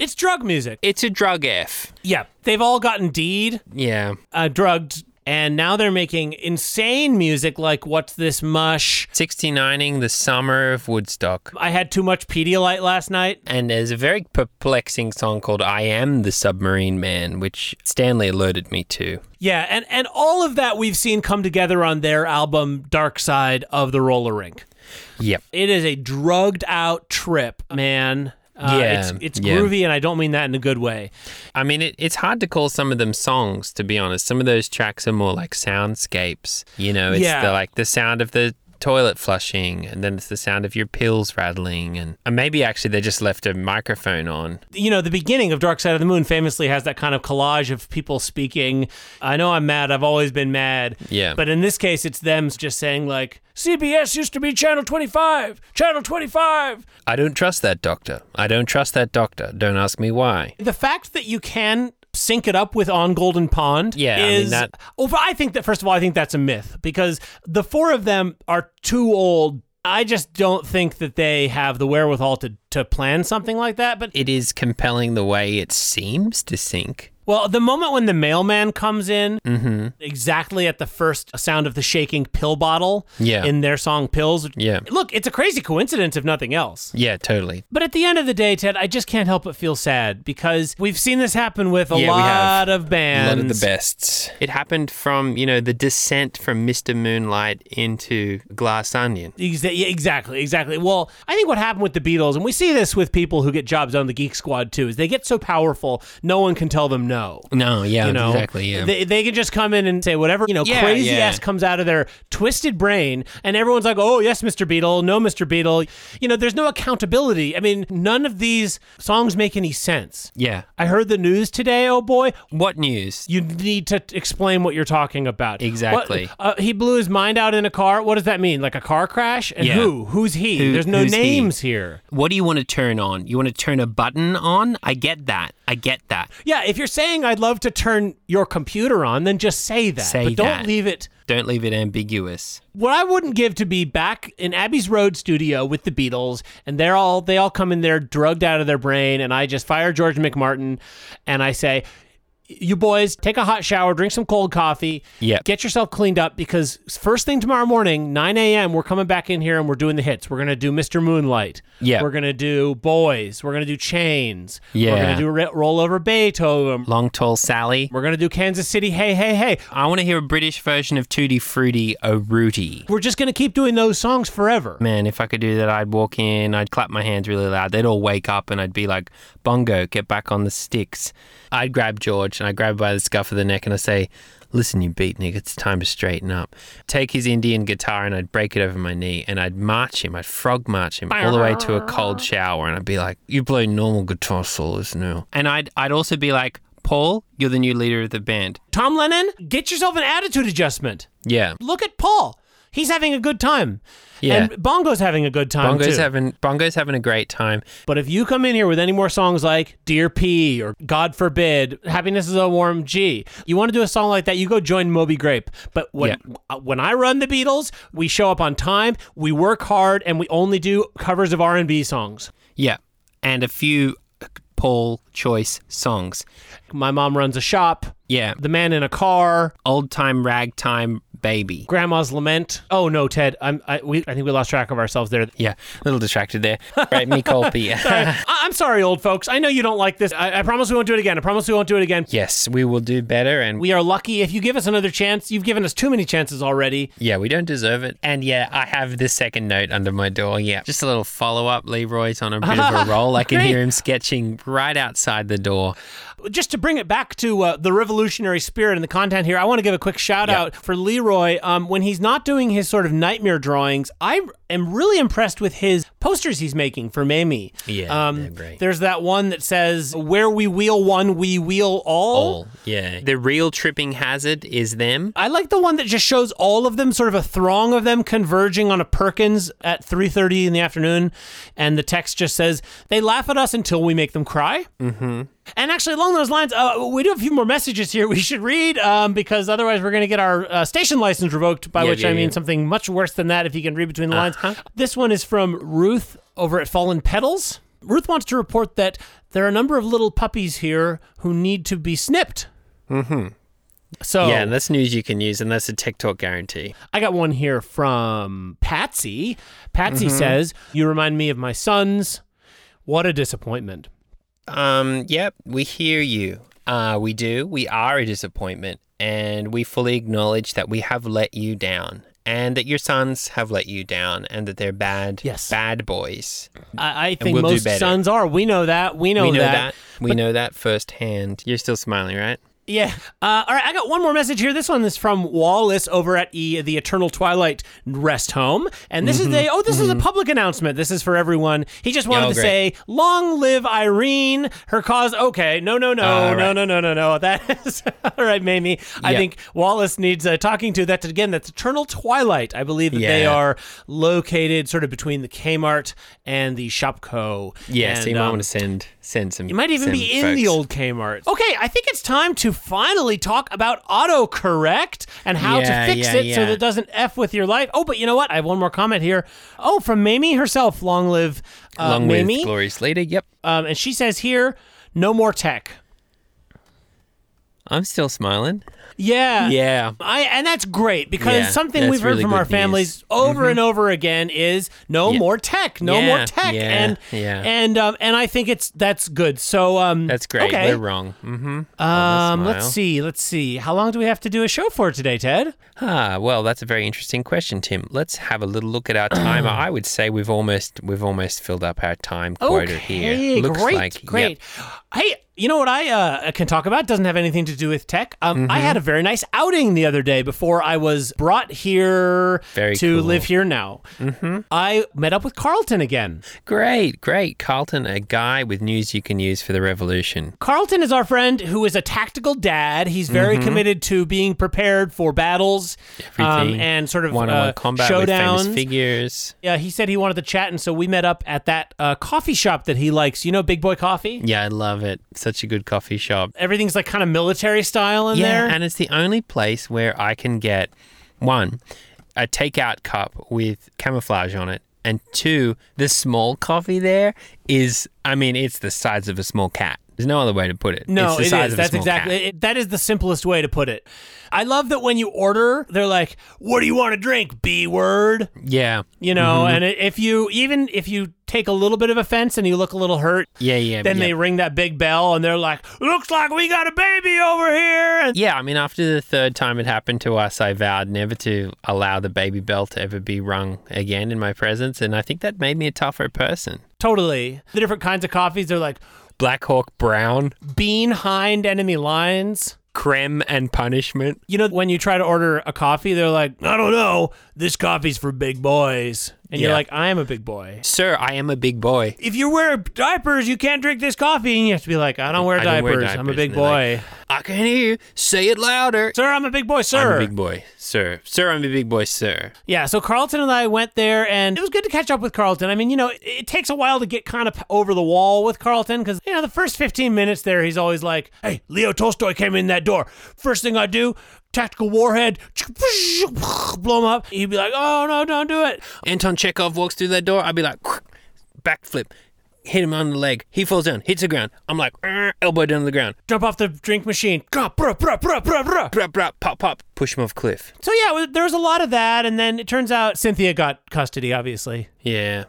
S1: It's drug music.
S2: It's a drug F.
S1: Yeah. They've all gotten D'd,
S2: Yeah.
S1: uh, drugged, and now they're making insane music like What's This Mush?
S2: 69ing the summer of Woodstock.
S1: I had too much Pedialyte last night.
S2: And there's a very perplexing song called I Am the Submarine Man, which Stanley alerted me to.
S1: Yeah, and and all of that we've seen come together on their album Dark Side of the Roller Rink.
S2: Yep.
S1: It is a drugged out trip, man. Uh,
S2: Yeah,
S1: it's it's
S2: yeah.
S1: groovy, and I don't mean that in a good way.
S2: I mean, it, it's hard to call some of them songs, to be honest. Some of those tracks are more like soundscapes. You know, it's
S1: Yeah.
S2: the, like the sound of the toilet flushing, and then it's the sound of your pills rattling. And, and maybe actually they just left a microphone on.
S1: You know, the beginning of Dark Side of the Moon famously has that kind of collage of people speaking. I know I'm mad. I've always been mad.
S2: Yeah.
S1: But in this case, it's them just saying like CBS used to be Channel 25, Channel 25.
S2: I don't trust that doctor. I don't trust that doctor. Don't ask me why.
S1: The fact that you can sync it up with on golden pond
S2: Yeah, I mean,
S1: is
S2: that-
S1: oh, but i think that first of all i think that's a myth because the four of them are too old i just don't think that they have the wherewithal to, to plan something like that but
S2: It is compelling the way it seems to sync.
S1: Well, the moment when the mailman comes in,
S2: Mm-hmm.
S1: exactly at the first sound of the shaking pill bottle
S2: Yeah.
S1: in their song Pills.
S2: Yeah.
S1: Look, it's a crazy coincidence, if nothing else.
S2: Yeah, totally.
S1: But at the end of the day, Ted, I just can't help but feel sad because we've seen this happen with a
S2: Yeah, we
S1: lot
S2: have.
S1: of bands.
S3: One of the bests.
S2: It happened from, you know, the descent from Mr. Moonlight into Glass Onion.
S1: Exa- yeah, Exactly, exactly. Well, I think what happened with the Beatles, and we see this with people who get jobs on the Geek Squad too, is they get so powerful, no one can tell them no.
S2: No, yeah,
S1: You know,
S2: exactly. Yeah.
S1: They, they can just come in and say whatever you know
S2: Yeah,
S1: crazy
S2: yeah.
S1: ass comes out of their twisted brain, and everyone's like, "Oh yes, Mr. Beatle, no, Mr. Beatle." You know, there's no accountability. I mean, none of these songs make any sense.
S2: yeah.
S1: I heard the news today. Oh boy,
S2: What news?
S1: you need to t- explain what you're talking about.
S2: Exactly.
S1: What- uh, he blew his mind out in a car. What does that mean? Like a car crash? And
S2: Yeah.
S1: who? Who's he?
S2: Who-
S1: There's no
S2: who's he?
S1: names here.
S2: What do you want to turn on? You want to turn a button on? I get that. I get that.
S1: Yeah, if you're saying I'd love to turn your computer on, then just say that.
S2: Say
S1: but don't
S2: that.
S1: leave it.
S2: Don't leave it ambiguous.
S1: What I wouldn't give to be back in Abbey's Road studio with the Beatles, and they're all they all come in there drugged out of their brain, and I just fire George McMartin, and I say. You boys, take a hot shower, drink some cold coffee,
S2: Yep.
S1: get yourself cleaned up because first thing tomorrow morning, 9 a.m., we're coming back in here and we're doing the hits. We're going to do Mr. Moonlight.
S2: Yeah.
S1: We're going to do Boys. We're going to do Chains. We're
S2: Yeah.
S1: going to do Re- Roll Over Beethoven.
S2: Long tall Sally.
S1: We're going to do Kansas City. Hey, hey, hey.
S2: I want to hear a British version of Tutti Frutti O Rooty.
S1: We're just going to keep doing those songs forever.
S2: Man, if I could do that, I'd walk in, I'd clap my hands really loud. They'd all wake up and I'd be like, Bongo, get back on the sticks. I'd grab George and I'd grab him by the scuff of the neck and I'd say, Listen, you beatnik, it's time to straighten up. Take his Indian guitar and I'd break it over my knee and I'd march him, I'd frog march him all the way to a cold shower and I'd be like, You play normal guitar solos now. And I'd, I'd also be like, Paul, you're the new leader of the band.
S1: Tom Lennon, get yourself an attitude adjustment.
S2: Yeah.
S1: Look at Paul. He's having a good time.
S2: Yeah.
S1: And Bongo's having a good time.
S2: Bongo's
S1: too.
S2: having Bongo's having a great time.
S1: But if you come in here with any more songs like Dear P or God Forbid, Happiness is a Warm G, you want to do a song like that, you go join Moby Grape. But when uh, when I run the Beatles, we show up on time, we work hard, and we only do covers of R&B songs.
S2: Yeah, and a few Paul Choice songs.
S1: My mom runs a shop,
S2: Yeah,
S1: The Man in a Car,
S2: old time ragtime baby.
S1: Grandma's Lament. Oh no, Ted, I'm, I, we, I think we lost track of ourselves there.
S2: Yeah, a little distracted there. Right, me culpy.
S1: I, I'm sorry, old folks. I know you don't like this. I, I promise we won't do it again. I promise we won't do it again.
S2: yes, we will do better, and we,
S1: We are lucky. If you give us another chance, you've given us too many chances already.
S2: yeah, we don't deserve it. And yeah, I have the second note under my door. Yeah, just a little follow up. Leroy's on a bit of a roll. I can
S1: Great.
S2: hear him sketching right outside the door.
S1: just to bring it back to uh, the revolutionary spirit and the content here, I want to give a quick shout out for Leroy. Um, when he's not doing his sort of nightmare drawings, I am really impressed with his posters he's making for Mamie.
S2: Yeah,
S1: um,
S2: they're great.
S1: There's that one that says, Where we wheel one, we wheel all.
S2: All. Yeah, Oh. the real tripping hazard is them.
S1: I like the one that just shows all of them, sort of a throng of them converging on a Perkins at 3:30 in the afternoon, and the text just says, "They laugh at us until we make them cry." Mm-hmm. And actually, along those lines, uh, we do have a few more messages here we should read um, because otherwise we're going to get our uh, station license revoked. By
S2: Yeah,
S1: which
S2: yeah,
S1: I mean
S2: yeah. Uh-huh.
S1: something much worse than that. If you can read between the lines, this one is from Ruth over at Fallen Petals. Ruth wants to report that there are a number of little puppies here who need to be snipped. Mm-hmm. So
S2: Yeah, and that's news you can use, and that's a TikTok guarantee.
S1: I got one here from Patsy. Patsy
S2: Mm-hmm.
S1: says, You remind me of my sons. What a disappointment.
S2: Um, yep, we hear you. Uh, we do. We are a disappointment, and we fully acknowledge that we have let you down, and that your sons have let you down, and that they're bad,
S1: Yes.
S2: bad boys.
S1: I, I think
S2: we'll do
S1: most
S2: better.
S1: sons are. We know that. We know,
S2: we know
S1: Oh, that.
S2: that. We know that firsthand. You're still smiling, right?
S1: Yeah. Uh, all right. I got one more message here. This one is from Wallace over at e, the Eternal Twilight Rest Home. And this is a, oh, this is a public announcement. This is for everyone. He just wanted
S2: Mm-hmm. Oh,
S1: to say,
S2: great.
S1: long live Irene, her cause. Okay. No, no, no,
S2: All
S1: no,
S2: right.
S1: no, no, no, no. That is, all right, Mamie. I
S2: Yeah.
S1: think Wallace needs uh, talking to. That's, again, that's Eternal Twilight. I believe that they
S2: Yeah.
S1: are located sort of between the Kmart and the Shopco.
S2: Yeah.
S1: And,
S2: so you might
S1: um,
S2: want to send send some.
S1: it might even be in the old Kmart. Okay, I think it's time to finally talk about autocorrect and how
S2: Yeah,
S1: to fix
S2: yeah,
S1: it so
S2: yeah.
S1: that it doesn't F with your life. Oh, but you know what? I have one more comment here. Oh, from Mamie herself. Long live uh,
S2: long
S1: Mamie.
S2: with glorious leader. Yep.
S1: Um, and she says here, no more tech.
S2: I'm still smiling.
S1: Yeah.
S2: Yeah.
S1: I, and that's great because
S2: Yeah,
S1: something
S2: that's
S1: we've heard
S2: really
S1: from our
S2: good news. Mm-hmm.
S1: families over and over again is no
S2: Yeah.
S1: more tech, no more
S2: Yeah,
S1: tech,
S2: yeah,
S1: and
S2: yeah.
S1: and um, and I think it's that's good. So um,
S2: That's great.
S1: Okay,
S2: We're wrong. Mm-hmm.
S1: um,
S2: smile.
S1: let's see, let's see. How long do we have to do a show for today, Ted?
S2: Ah, well, that's a very interesting question, Tim. Let's have a little look at our timer. I would say we've almost we've almost filled up our time quota
S1: Okay,
S2: here. Looks
S1: great,
S2: like yep.
S1: great. Hey, you know what I uh, can talk about? Doesn't have anything to do with tech. Um, I had a very nice outing the other day before I was brought here
S2: Very
S1: to
S2: cool.
S1: live here now. Mm-hmm. I met up with Carlton again.
S2: Great, great. Carlton, a guy with news you can use for the revolution.
S1: Carlton is our friend who is a tactical dad. He's very committed to being prepared for battles um,
S2: Everything.
S1: and sort of
S2: One on
S1: uh,
S2: one combat with
S1: showdowns.
S2: famous figures.
S1: yeah, he said he wanted to chat, and so we met up at that uh, coffee shop that he likes. You know, Big Boy Coffee.
S2: Yeah, I love it. Such a good coffee shop.
S1: Everything's like kind of military style in
S2: yeah,
S1: there.
S2: and it's the only place where I can get one, a takeout cup with camouflage on it, and two, the small coffee there is, I mean, it's the size of a small cat. There's no other way to put it.
S1: no,
S2: it's the
S1: it
S2: size
S1: is.
S2: Of a
S1: That's
S2: small
S1: exactly.
S2: Cat.
S1: It, that is the simplest way to put it. I love that when you order, they're like, "What do you want to drink?" B word.
S2: Yeah,
S1: You know,
S2: Mm-hmm.
S1: and i- if you even if you take a little bit of offense and you look a little hurt,
S2: yeah, yeah.
S1: then
S2: yeah.
S1: they ring that big bell and they're like, "Looks like we got a baby over here." And
S2: Yeah, I mean, after the third time it happened to us, I vowed never to allow the baby bell to ever be rung again in my presence, and I think that made me a tougher person.
S1: totally, the different kinds of coffees. They're like
S2: Black Hawk Brown,
S1: bean hind enemy lines.
S2: creme and punishment.
S1: You know, when you try to order a coffee, they're like, "I don't know, this coffee's for big boys," and you're
S2: Yeah.
S1: like, "I am a big boy."
S2: Sir, I am a big boy.
S1: If you wear diapers, you can't drink this coffee. And you have to be like, I don't wear,
S2: I
S1: diapers.
S2: don't wear
S1: I'm a
S2: diapers."
S1: big
S2: And they're
S1: boy.
S2: I can hear you. Say it louder.
S1: sir, I'm a big boy,
S2: I'm
S1: sir.
S2: a big boy, sir. Sir, I'm a big boy, sir.
S1: Yeah, so Carlton and I went there, and it was good to catch up with Carlton. I mean, you know, it, it takes a while to get kind of over the wall with Carlton because, you know, the first 15 minutes there, he's always like, hey, Leo Tolstoy came in that door. First thing I do, tactical warhead, blow him up. He'd be like, oh, no, don't do it.
S2: Anton Chekhov walks through that door. I'd be like, backflip. Hit him on the leg. He falls down, hits the ground. I'm like, "Arr," elbow down to the ground.
S1: Jump off the drink machine. Gah, bruh, bruh, bruh, bruh, bruh.
S2: Brap, brap, pop, pop. Push him off cliff.
S1: So, yeah, w- there was a lot of that. And then it turns out Cynthia got custody, obviously.
S2: Yeah,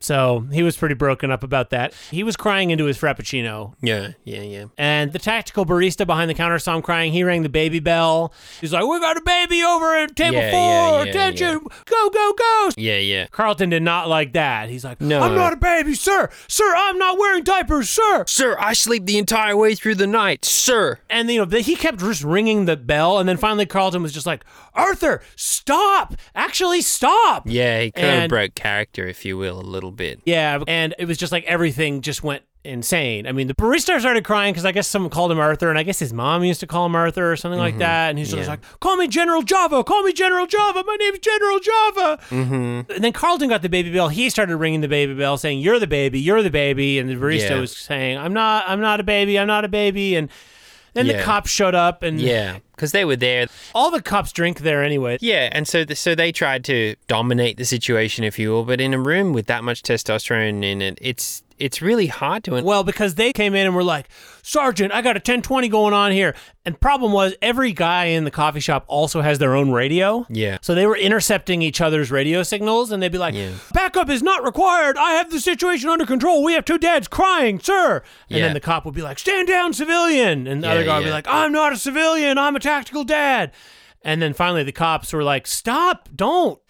S1: So he was pretty broken up about that. He was crying into his Frappuccino.
S2: yeah, yeah, yeah.
S1: And the tactical barista behind the counter saw him crying. He rang the baby bell. He's like, We got a baby over at table
S2: Yeah,
S1: four.
S2: yeah, yeah,
S1: Attention. Go, go, go.
S2: Yeah, yeah.
S1: Carlton did not like that. He's like,
S2: No.
S1: I'm not a baby, sir. Sir, I'm not wearing diapers, sir.
S2: Sir, I sleep the entire way through the night, sir.
S1: And, you know, he kept just ringing the bell. And then finally, Carlton was just like, Arthur, stop. Actually, stop.
S2: Yeah, he kind
S1: And-
S2: of broke character, if you will, a little bit.
S1: Yeah, and it was just like everything just went insane. I mean, the barista started crying because I guess someone called him Arthur, and I guess his mom used to call him Arthur or something like
S2: Mm-hmm.
S1: that. And he's just like, "Call me General Java, call me General Java. My name's General Java." Mm-hmm. And then Carlton got the baby bell. He started ringing the baby bell, saying, "You're the baby, you're the baby," and the barista
S2: Yeah.
S1: was saying, "I'm not, I'm not a baby, I'm not a baby." And then the
S2: Yeah.
S1: cops showed up, and
S2: Yeah, because they were there.
S1: all the cops drink there anyway.
S2: Yeah, and so th so they tried to dominate the situation, if you will. But in a room with that much testosterone in it, it's it's really hard to.
S1: Well, because they came in and were like, Sergeant, I got a 1020 going on here. And problem was, every guy in the coffee shop also has their own radio.
S2: yeah,
S1: So they were intercepting each other's radio signals, and they'd be like,
S2: Yeah.
S1: Backup is not required. I have the situation under control. We have two dads crying, sir. And
S2: Yeah.
S1: then the cop would be like, Stand down, civilian. And the
S2: Yeah,
S1: other guy would be
S2: yeah.
S1: like, I'm not a civilian. I'm a tactical dad. And then finally, the cops were like, Stop, don't.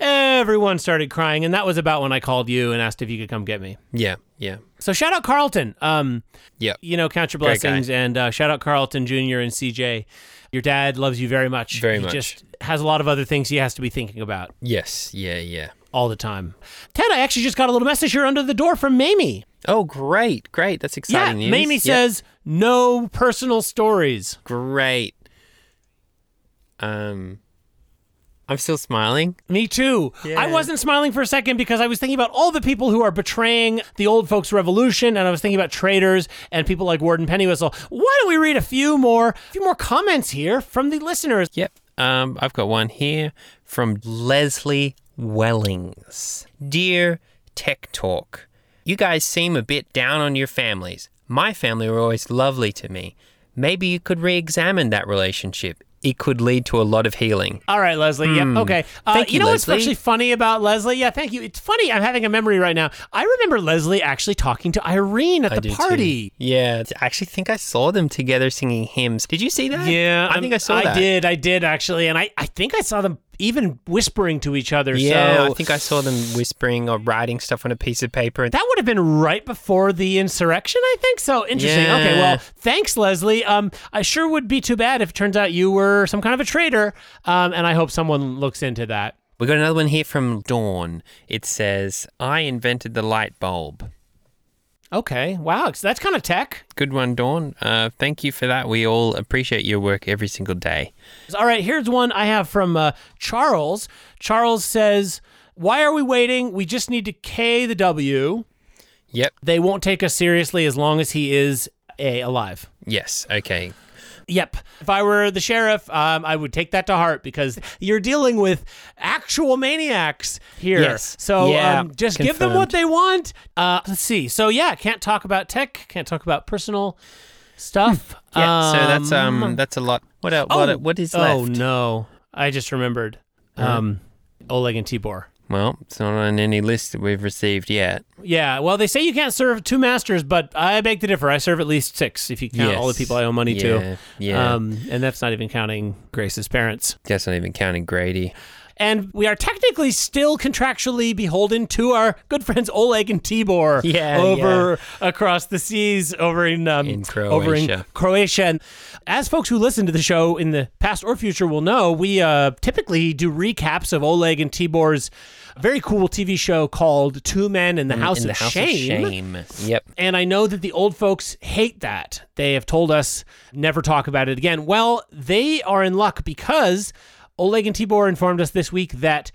S1: Everyone started crying, and that was about when I called you and asked if you could come get me.
S2: yeah, yeah,
S1: So shout out Carlton. Um,
S2: yeah.
S1: you know, count your
S2: Great guy.
S1: blessings and uh, shout out Carlton Jr. and CJ. Your dad loves you very much.
S2: Very
S1: he
S2: much.
S1: Just has a lot of other things he has to be thinking about
S2: Yes, yeah, yeah.
S1: all the time. Ted, I actually just got a little message here under the door from Mamie.
S2: Oh, great, great. That's
S1: Yeah,
S2: exciting news.
S1: Mamie
S2: Yep.
S1: says no personal stories.
S2: great. Um, I'm still smiling.
S1: Me too. I wasn't smiling for a second because I was thinking about all the people who are betraying the old folks' revolution, and I was thinking about traitors and people like Warden Pennywhistle. Why don't we read a few more, a few more comments here from the listeners?
S2: Yep. Um, I've got one here from Leslie Wellings. Dear Tech Talk, you guys seem a bit down on your families. My family were always lovely to me. maybe you could re examine that relationship. It could lead to a lot of healing.
S1: All right, Leslie. Yep. Okay. Uh,
S2: Hmm. Thank you,
S1: know what's
S2: Leslie.
S1: actually funny about Leslie? Yeah, thank you. It's funny. I'm having a memory right now. I remember Leslie actually talking to Irene at
S2: I
S1: the
S2: do too.
S1: party.
S2: Yeah, I actually think I saw them together singing hymns. Did you see that?
S1: Yeah,
S2: I
S1: I'm-
S2: think I saw that.
S1: I did. I did actually, and I, I think I saw them even whispering to each other.
S2: Yeah,
S1: so
S2: I think I saw them whispering or writing stuff on a piece of paper.
S1: that would have been right before the insurrection. I think so. Interesting. Okay.
S2: Yeah.
S1: Well, thanks, Leslie. Um, I sure would be too bad if it turns out you were some kind of a traitor. Um, and I hope someone looks into that.
S2: We got another one here from Dawn. It says, "I invented the light bulb."
S1: Okay. Wow. so That's kind of tech.
S2: Good one, Dawn. Uh, thank you for that. We all appreciate your work every single day.
S1: All right, here's one I have from uh, Charles. Charles says, Why are we waiting? We just need to K the W.
S2: Yep.
S1: They won't take us seriously as long as he is A, alive.
S2: Yes. Okay.
S1: Yep. If I were the sheriff, um, I would take that to heart because you're dealing with actual maniacs here.
S2: Yes.
S1: So
S2: Yeah,
S1: um, just give them what
S2: confirmed.
S1: they want. Uh, let's see. So yeah, can't talk about tech. Can't talk about personal stuff.
S2: Yeah. so that's um that's a lot. What else? what, uh, what is
S1: oh
S2: left?
S1: no! I just remembered. Um, Oleg and Tibor.
S2: Well, it's not on any list that we've received yet.
S1: Yeah, well, they say you can't serve two masters, but I beg to differ. I serve at least six if you count all the
S2: Yes.
S1: people I owe money
S2: Yeah,
S1: to.
S2: yeah.
S1: Um, and that's not even counting Grace's parents.
S2: That's not even counting Grady.
S1: And we are technically still contractually beholden to our good friends Oleg and Tibor
S2: Yeah,
S1: over across the seas over in, um,
S2: In
S1: Over in
S2: Croatia.
S1: Croatia. And as folks who listen to the show in the past or future will know, we uh, typically do recaps of Oleg and Tibor's very cool TV show called Two Men in the House,
S2: Mm, In the
S1: of,
S2: house
S1: Shame.
S2: of shame. Yep.
S1: And I know that the old folks hate that. They have told us never talk about it again. Well, they are in luck because Oleg and Tibor informed us this week that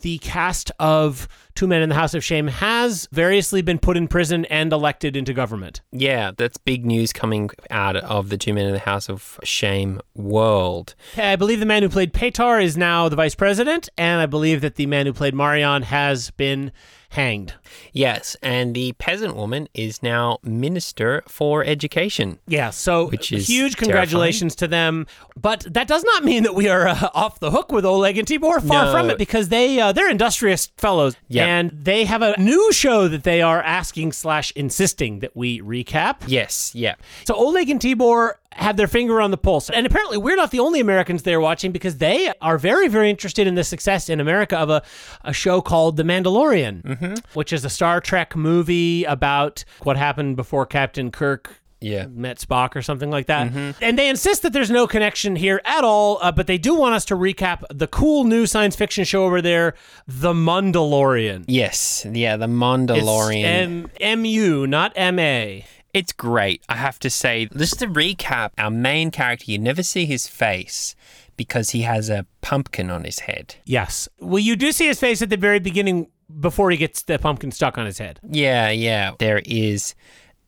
S1: the cast of Two Men in the House of Shame has variously been put in prison and elected into government.
S2: Yeah, that's big news coming out of the Two Men in the House of Shame world.
S1: I believe the man who played Petar is now the vice president, and I believe that the man who played Marion has been hanged.
S2: Yes, and the peasant woman is now Minister for Education.
S1: Yeah, so
S2: Which is
S1: huge
S2: terrifying.
S1: congratulations to them. But that does not mean that we are uh, off the hook with Oleg and Tibor. Far
S2: No.
S1: from it, because they uh, they're industrious fellows,
S2: Yeah.
S1: and they have a new show that they are asking slash insisting that we recap.
S2: Yes, yeah.
S1: So Oleg and Tibor have their finger on the pulse, and apparently we're not the only Americans they're watching because they are very very interested in the success in America of a a show called The Mandalorian,
S2: Mm-hmm.
S1: which is a Star Trek movie about what happened before Captain Kirk
S2: Yeah.
S1: met Spock or something like that. And they insist that there's no connection here at all, uh, but they do want us to recap the cool new science fiction show over there, The Mandalorian.
S2: Yes, yeah, the Mandalorian.
S1: It's M- MU, not MA.
S2: um, It's great. I have to say, just to recap, our main character, you never see his face because he has a pumpkin on his head.
S1: Yes. Well, you do see his face at the very beginning before he gets the pumpkin stuck on his head.
S2: Yeah, yeah. There is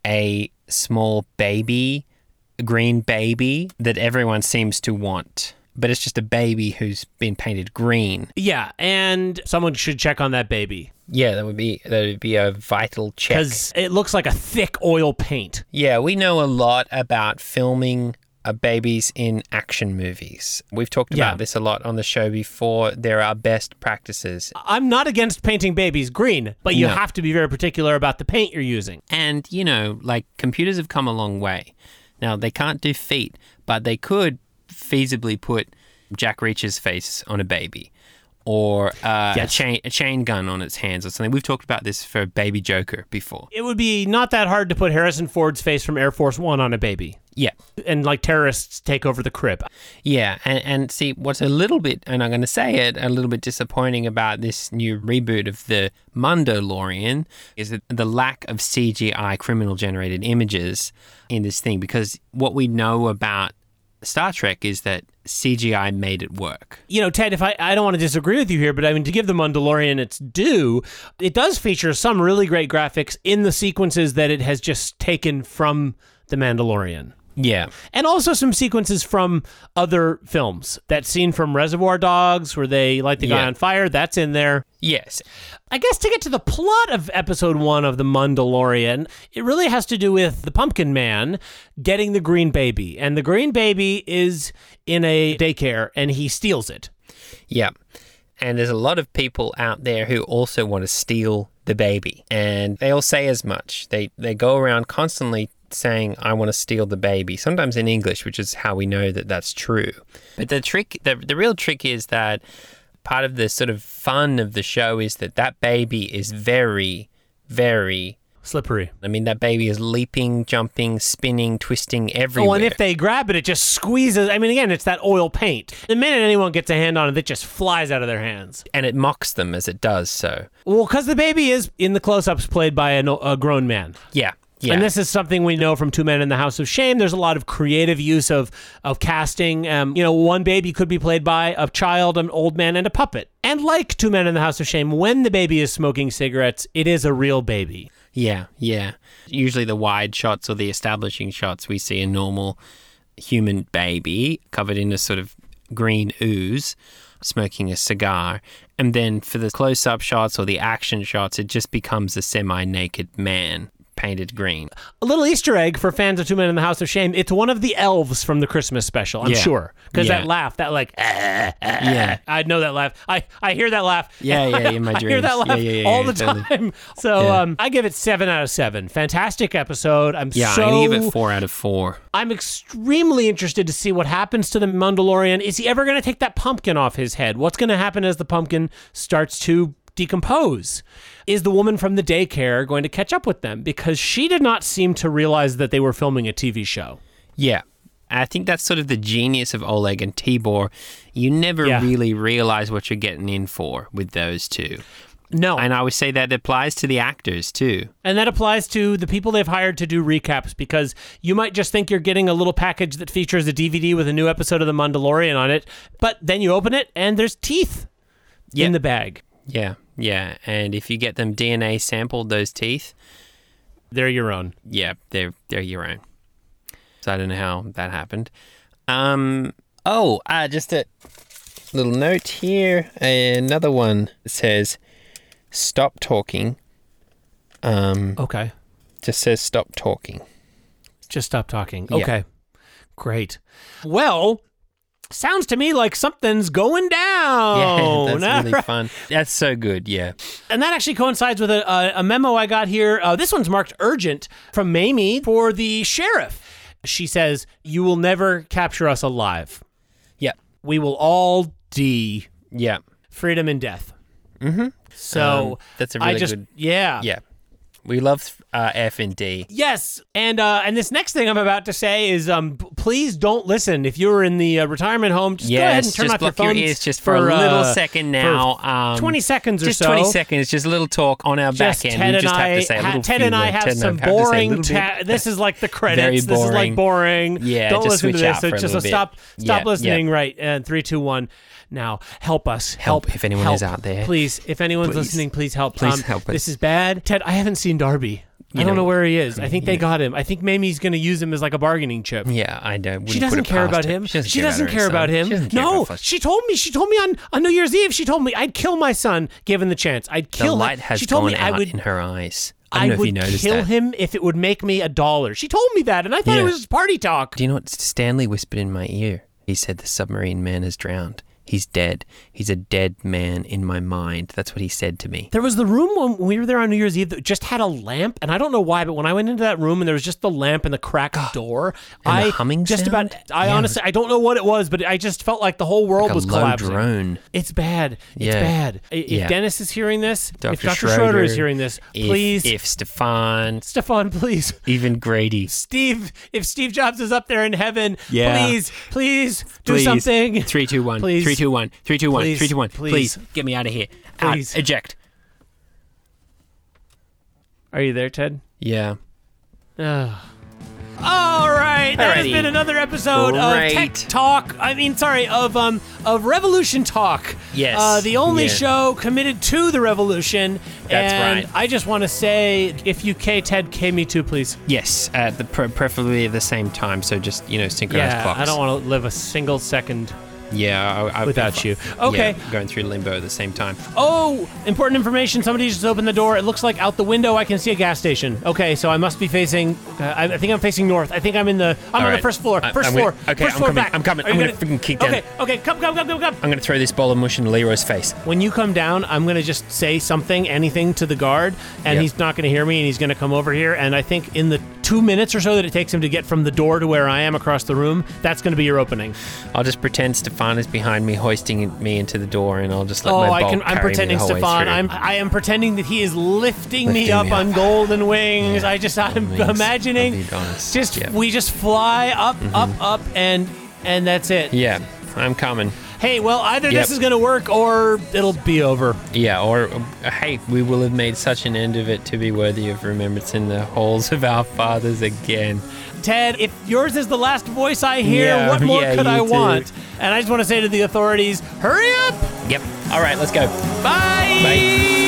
S2: a small baby, a green baby, that everyone seems to want. But it's just a baby who's been painted green.
S1: Yeah, and someone should check on that baby
S2: Yeah, that would be that would be a vital check.
S1: because it looks like a thick oil paint.
S2: Yeah, we know a lot about filming uh, babies in action movies. We've talked
S1: Yeah.
S2: about this a lot on the show before. There are best practices.
S1: I'm not against painting babies green, but you
S2: No.
S1: have to be very particular about the paint you're using.
S2: And, you know, like computers have come a long way. Now, they can't do feet, but they could feasibly put Jack Reacher's face on a baby or uh, a,
S1: Yes.
S2: chain, a chain gun on its hands or something. We've talked about this for Baby Joker before.
S1: it would be not that hard to put Harrison Ford's face from Air Force One on a baby.
S2: Yeah.
S1: And like terrorists take over the crib.
S2: Yeah, and, and see what's a little bit, and I'm going to say it, a little bit disappointing about this new reboot of the Mandalorian is that the lack of CGI criminal generated images in this thing because what we know about Star Trek is that CGI made it work.
S1: You know, Ted, if I, I don't want to disagree with you here, but I mean, to give the Mandalorian its due, it does feature some really great graphics in the sequences that it has just taken from The Mandalorian.
S2: Yeah.
S1: and also some sequences from other films. That scene from Reservoir Dogs where they light the guy
S2: Yeah.
S1: on fire, that's in there.
S2: Yes.
S1: I guess to get to the plot of episode one of The Mandalorian, it really has to do with the Pumpkin Man getting the green baby. And the green baby is in a daycare and he steals it.
S2: Yeah. And there's a lot of people out there who also want to steal the baby. And they all say as much. They they go around constantly saying I want to steal the baby, sometimes in English, which is how we know that that's true. But the trick the, the real trick is that part of the sort of fun of the show is that that baby is very very
S1: Slippery.
S2: I mean that baby is leaping, jumping, spinning, twisting everywhere.
S1: Oh, and if they grab it, it just squeezes. I mean, again, it's that oil paint. The minute anyone gets a hand on it, it just flies out of their hands.
S2: and it mocks them as it does so.
S1: Well, because the baby is in the close ups played by an, a grown man.
S2: Yeah. Yeah.
S1: And this is something we know from Two Men in the House of Shame. There's a lot of creative use of of casting. Um, you know, one baby could be played by a child, an old man, and a puppet. And like Two Men in the House of Shame, when the baby is smoking cigarettes, it is a real baby.
S2: Yeah, yeah. Usually the wide shots or the establishing shots, we see a normal human baby covered in a sort of green ooze smoking a cigar. And then for the close up shots or the action shots, it just becomes a semi naked man painted green.
S1: A little Easter egg for fans of Two Men in the House of Shame. It's one of the elves from the Christmas special, I'm
S2: Yeah.
S1: sure, because
S2: Yeah.
S1: that laugh, that like, "Eh,
S2: Yeah.
S1: I know that laugh. I I hear that laugh.
S2: Yeah, yeah, in my
S1: I hear that
S2: dreams.
S1: laugh
S2: Yeah, yeah, yeah,
S1: all
S2: yeah,
S1: the
S2: totally.
S1: time. So
S2: Yeah.
S1: um, I give it seven out of seven. Fantastic episode. I'm
S2: Yeah,
S1: so
S2: I'm going to give it four out of four.
S1: I'm extremely interested to see what happens to the Mandalorian. Is he ever going to take that pumpkin off his head? What's going to happen as the pumpkin starts to decompose? Is the woman from the daycare going to catch up with them? Because she did not seem to realize that they were filming a TV show.
S2: Yeah. I think that's sort of the genius of Oleg and Tibor. You never
S1: Yeah.
S2: really realize what you're getting in for with those two.
S1: No.
S2: And I would say that applies to the actors too.
S1: And that applies to the people they've hired to do recaps because you might just think you're getting a little package that features a DVD with a new episode of The Mandalorian on it, but then you open it and there's teeth
S2: Yeah.
S1: in the bag.
S2: Yeah, yeah. And if you get them DNA sampled, those teeth,
S1: They're your own.
S2: yeah, they're they're your own. So I don't know how that happened. Um. Oh, uh, just a little note here. Another one says, "Stop talking." Um,
S1: Okay.
S2: just says stop talking.
S1: Just stop talking.
S2: Yeah.
S1: Okay. Great. Well, sounds to me like something's going down.
S2: yeah,
S1: All
S2: that's really
S1: right.
S2: fun. That's so good. Yeah.
S1: And that actually coincides with a, a, a memo I got here. Uh, this one's marked urgent from Mamie for the sheriff. She says, You will never capture us alive.
S2: Yeah.
S1: We will all D
S2: Yeah.
S1: freedom and death. Mm-hmm. So
S2: Um, that's a
S1: I
S2: really
S1: just,
S2: good-
S1: Yeah.
S2: Yeah. We love uh, F and D.
S1: Yes, and uh, and this next thing I'm about to say is, um, p- please don't listen if you're in the uh, retirement home. Just go ahead and turn
S2: just
S1: off
S2: block
S1: your
S2: your,
S1: phones
S2: ears just for, a little
S1: uh,
S2: second
S1: for
S2: now. um,
S1: 20 seconds or
S2: just
S1: so.
S2: 20 seconds, just a little talk on our
S1: Just
S2: back end.
S1: Ted
S2: we
S1: and
S2: just
S1: I,
S2: have to say a
S1: ha-
S2: little
S1: Ted and
S2: few
S1: I
S2: words.
S1: have
S2: Ted and I
S1: some
S2: have to say a
S1: boring.
S2: little bit.
S1: Ta- this is like the credits. This is like
S2: boring.
S1: boring.
S2: Yeah,
S1: don't
S2: just
S1: listen to
S2: switch
S1: this.
S2: out
S1: So
S2: for a
S1: just
S2: little bit.
S1: stop. Stop
S2: Yeah,
S1: listening.
S2: yeah.
S1: Right, and three, two, one. Now help us. Help,
S2: Help if anyone
S1: help.
S2: is out there.
S1: Please, if anyone's
S2: Please.
S1: listening, please help.
S2: Please
S1: Um,
S2: help
S1: This
S2: us.
S1: is bad. Ted, I haven't seen Darby. I
S2: You
S1: don't
S2: know-
S1: know where he is. I think they got him. I think Mamie's going to use him as like a bargaining chip.
S2: Yeah, I know.
S1: She doesn't care about him.
S2: She doesn't,
S1: care about him. no, she told me. She told me on, on New Year's Eve. She told me I'd kill my son given the chance. I'd
S2: the
S1: kill.
S2: light
S1: him.
S2: has
S1: she told
S2: gone
S1: me
S2: out
S1: I would.
S2: in her eyes. I don't
S1: I
S2: know if you
S1: would
S2: noticed
S1: kill
S2: that.
S1: him if it would make me a dollar. She told me that, and I thought it
S2: Yeah.
S1: was just party talk.
S2: Do you know what Stanley whispered in my ear? He said, The submarine man has drowned. He's dead. He's a dead man in my mind. That's what he said to me.
S1: There was the room when we were there on New Year's Eve that just had a lamp, and I don't know why, but when I went into that room and there was just the lamp and the cracked door,
S2: And
S1: I
S2: the humming
S1: just about.
S2: sound?
S1: I
S2: Yeah, it
S1: honestly, I don't know what it was, but I just felt like the whole world
S2: Like a
S1: was
S2: low
S1: collapsing.
S2: drone.
S1: It's bad. It's
S2: Yeah.
S1: bad. I- If
S2: Yeah.
S1: Dennis is hearing this, if
S2: Dr.
S1: Dr. Schroeder, is hearing this,
S2: If-
S1: please,
S2: If Stefan,
S1: Stefan, please.
S2: even Grady.
S1: Steve, if Steve Jobs is up there in heaven,
S2: Yeah.
S1: please, please do
S2: Please.
S1: something.
S2: Three, two, one.
S1: Please.
S2: Three, two, one. Three, two, one.
S1: Please.
S2: Three, two, one.
S1: Please.
S2: Please. Get me out of here.
S1: Please.
S2: Out. Eject.
S1: Are you there, Ted?
S2: Yeah.
S1: Ugh. All right, that has
S2: Alrighty.
S1: been another episode of Tech
S2: Great.
S1: Talk. I mean, sorry, of um of Revolution Talk.
S2: Yes.
S1: uh, the only
S2: Yeah.
S1: show committed to the revolution.
S2: That's
S1: and
S2: right.
S1: I just want to say, if you K Ted K me too, please.
S2: Yes, at the pre- preferably at the same time. So just you know, synchronized
S1: yeah,
S2: clocks.
S1: I don't want to live a single second.
S2: Yeah, I, I,
S1: Without
S2: I've-
S1: you. Okay.
S2: yeah, going through limbo at the same time.
S1: Oh, important information! Somebody just opened the door. It looks like out the window I can see a gas station. Okay, so I must be facing. Uh, I, I think I'm facing north. I think I'm in the. I'm on the
S2: Alright.
S1: first floor.
S2: I-
S1: 1st
S2: I'm
S1: floor.
S2: gonna- okay,
S1: first
S2: I'm
S1: floor
S2: coming,
S1: back.
S2: I'm coming,
S1: Are you
S2: I'm gonna freaking kick down.
S1: Okay, okay, come, come, come, come, come.
S2: I'm gonna throw this bowl of mush into Leroy's face.
S1: when you come down, I'm going to just say something, anything to the guard, and
S2: Yeah.
S1: he's not going to hear me, and he's going to come over here. And I think in the two minutes or so that it takes him to get from the door to where I am across the room, that's going to be your opening.
S2: I'll just pretend Stefan is behind me, hoisting me into the door, and I'll just let
S1: oh,
S2: my
S1: I
S2: bowl
S1: can.
S2: carry
S1: I'm pretending,
S2: me the whole way
S1: Stefan.
S2: through.
S1: I'm. I am pretending that he is lifting, me
S2: Lifting
S1: up
S2: me
S1: on
S2: up.
S1: golden wings.
S2: Yeah,
S1: I just. I'm
S2: golden wings of
S1: imagining.
S2: Adonis.
S1: Just
S2: Yep.
S1: we just fly up, up, up, and and that's it.
S2: Mm-hmm. Yeah, I'm coming.
S1: Hey, well, either
S2: Yep.
S1: this is going to work or it'll be over.
S2: Yeah, or uh, hey, we will have made such an end of it to be worthy of remembrance in the halls of our fathers again.
S1: Ted, if yours is the last voice I hear,
S2: Yeah,
S1: what more
S2: yeah,
S1: could I
S2: you too.
S1: want? And I just want to say to the authorities, hurry up!
S2: Yep. All right, let's go.
S1: Bye!
S2: Bye.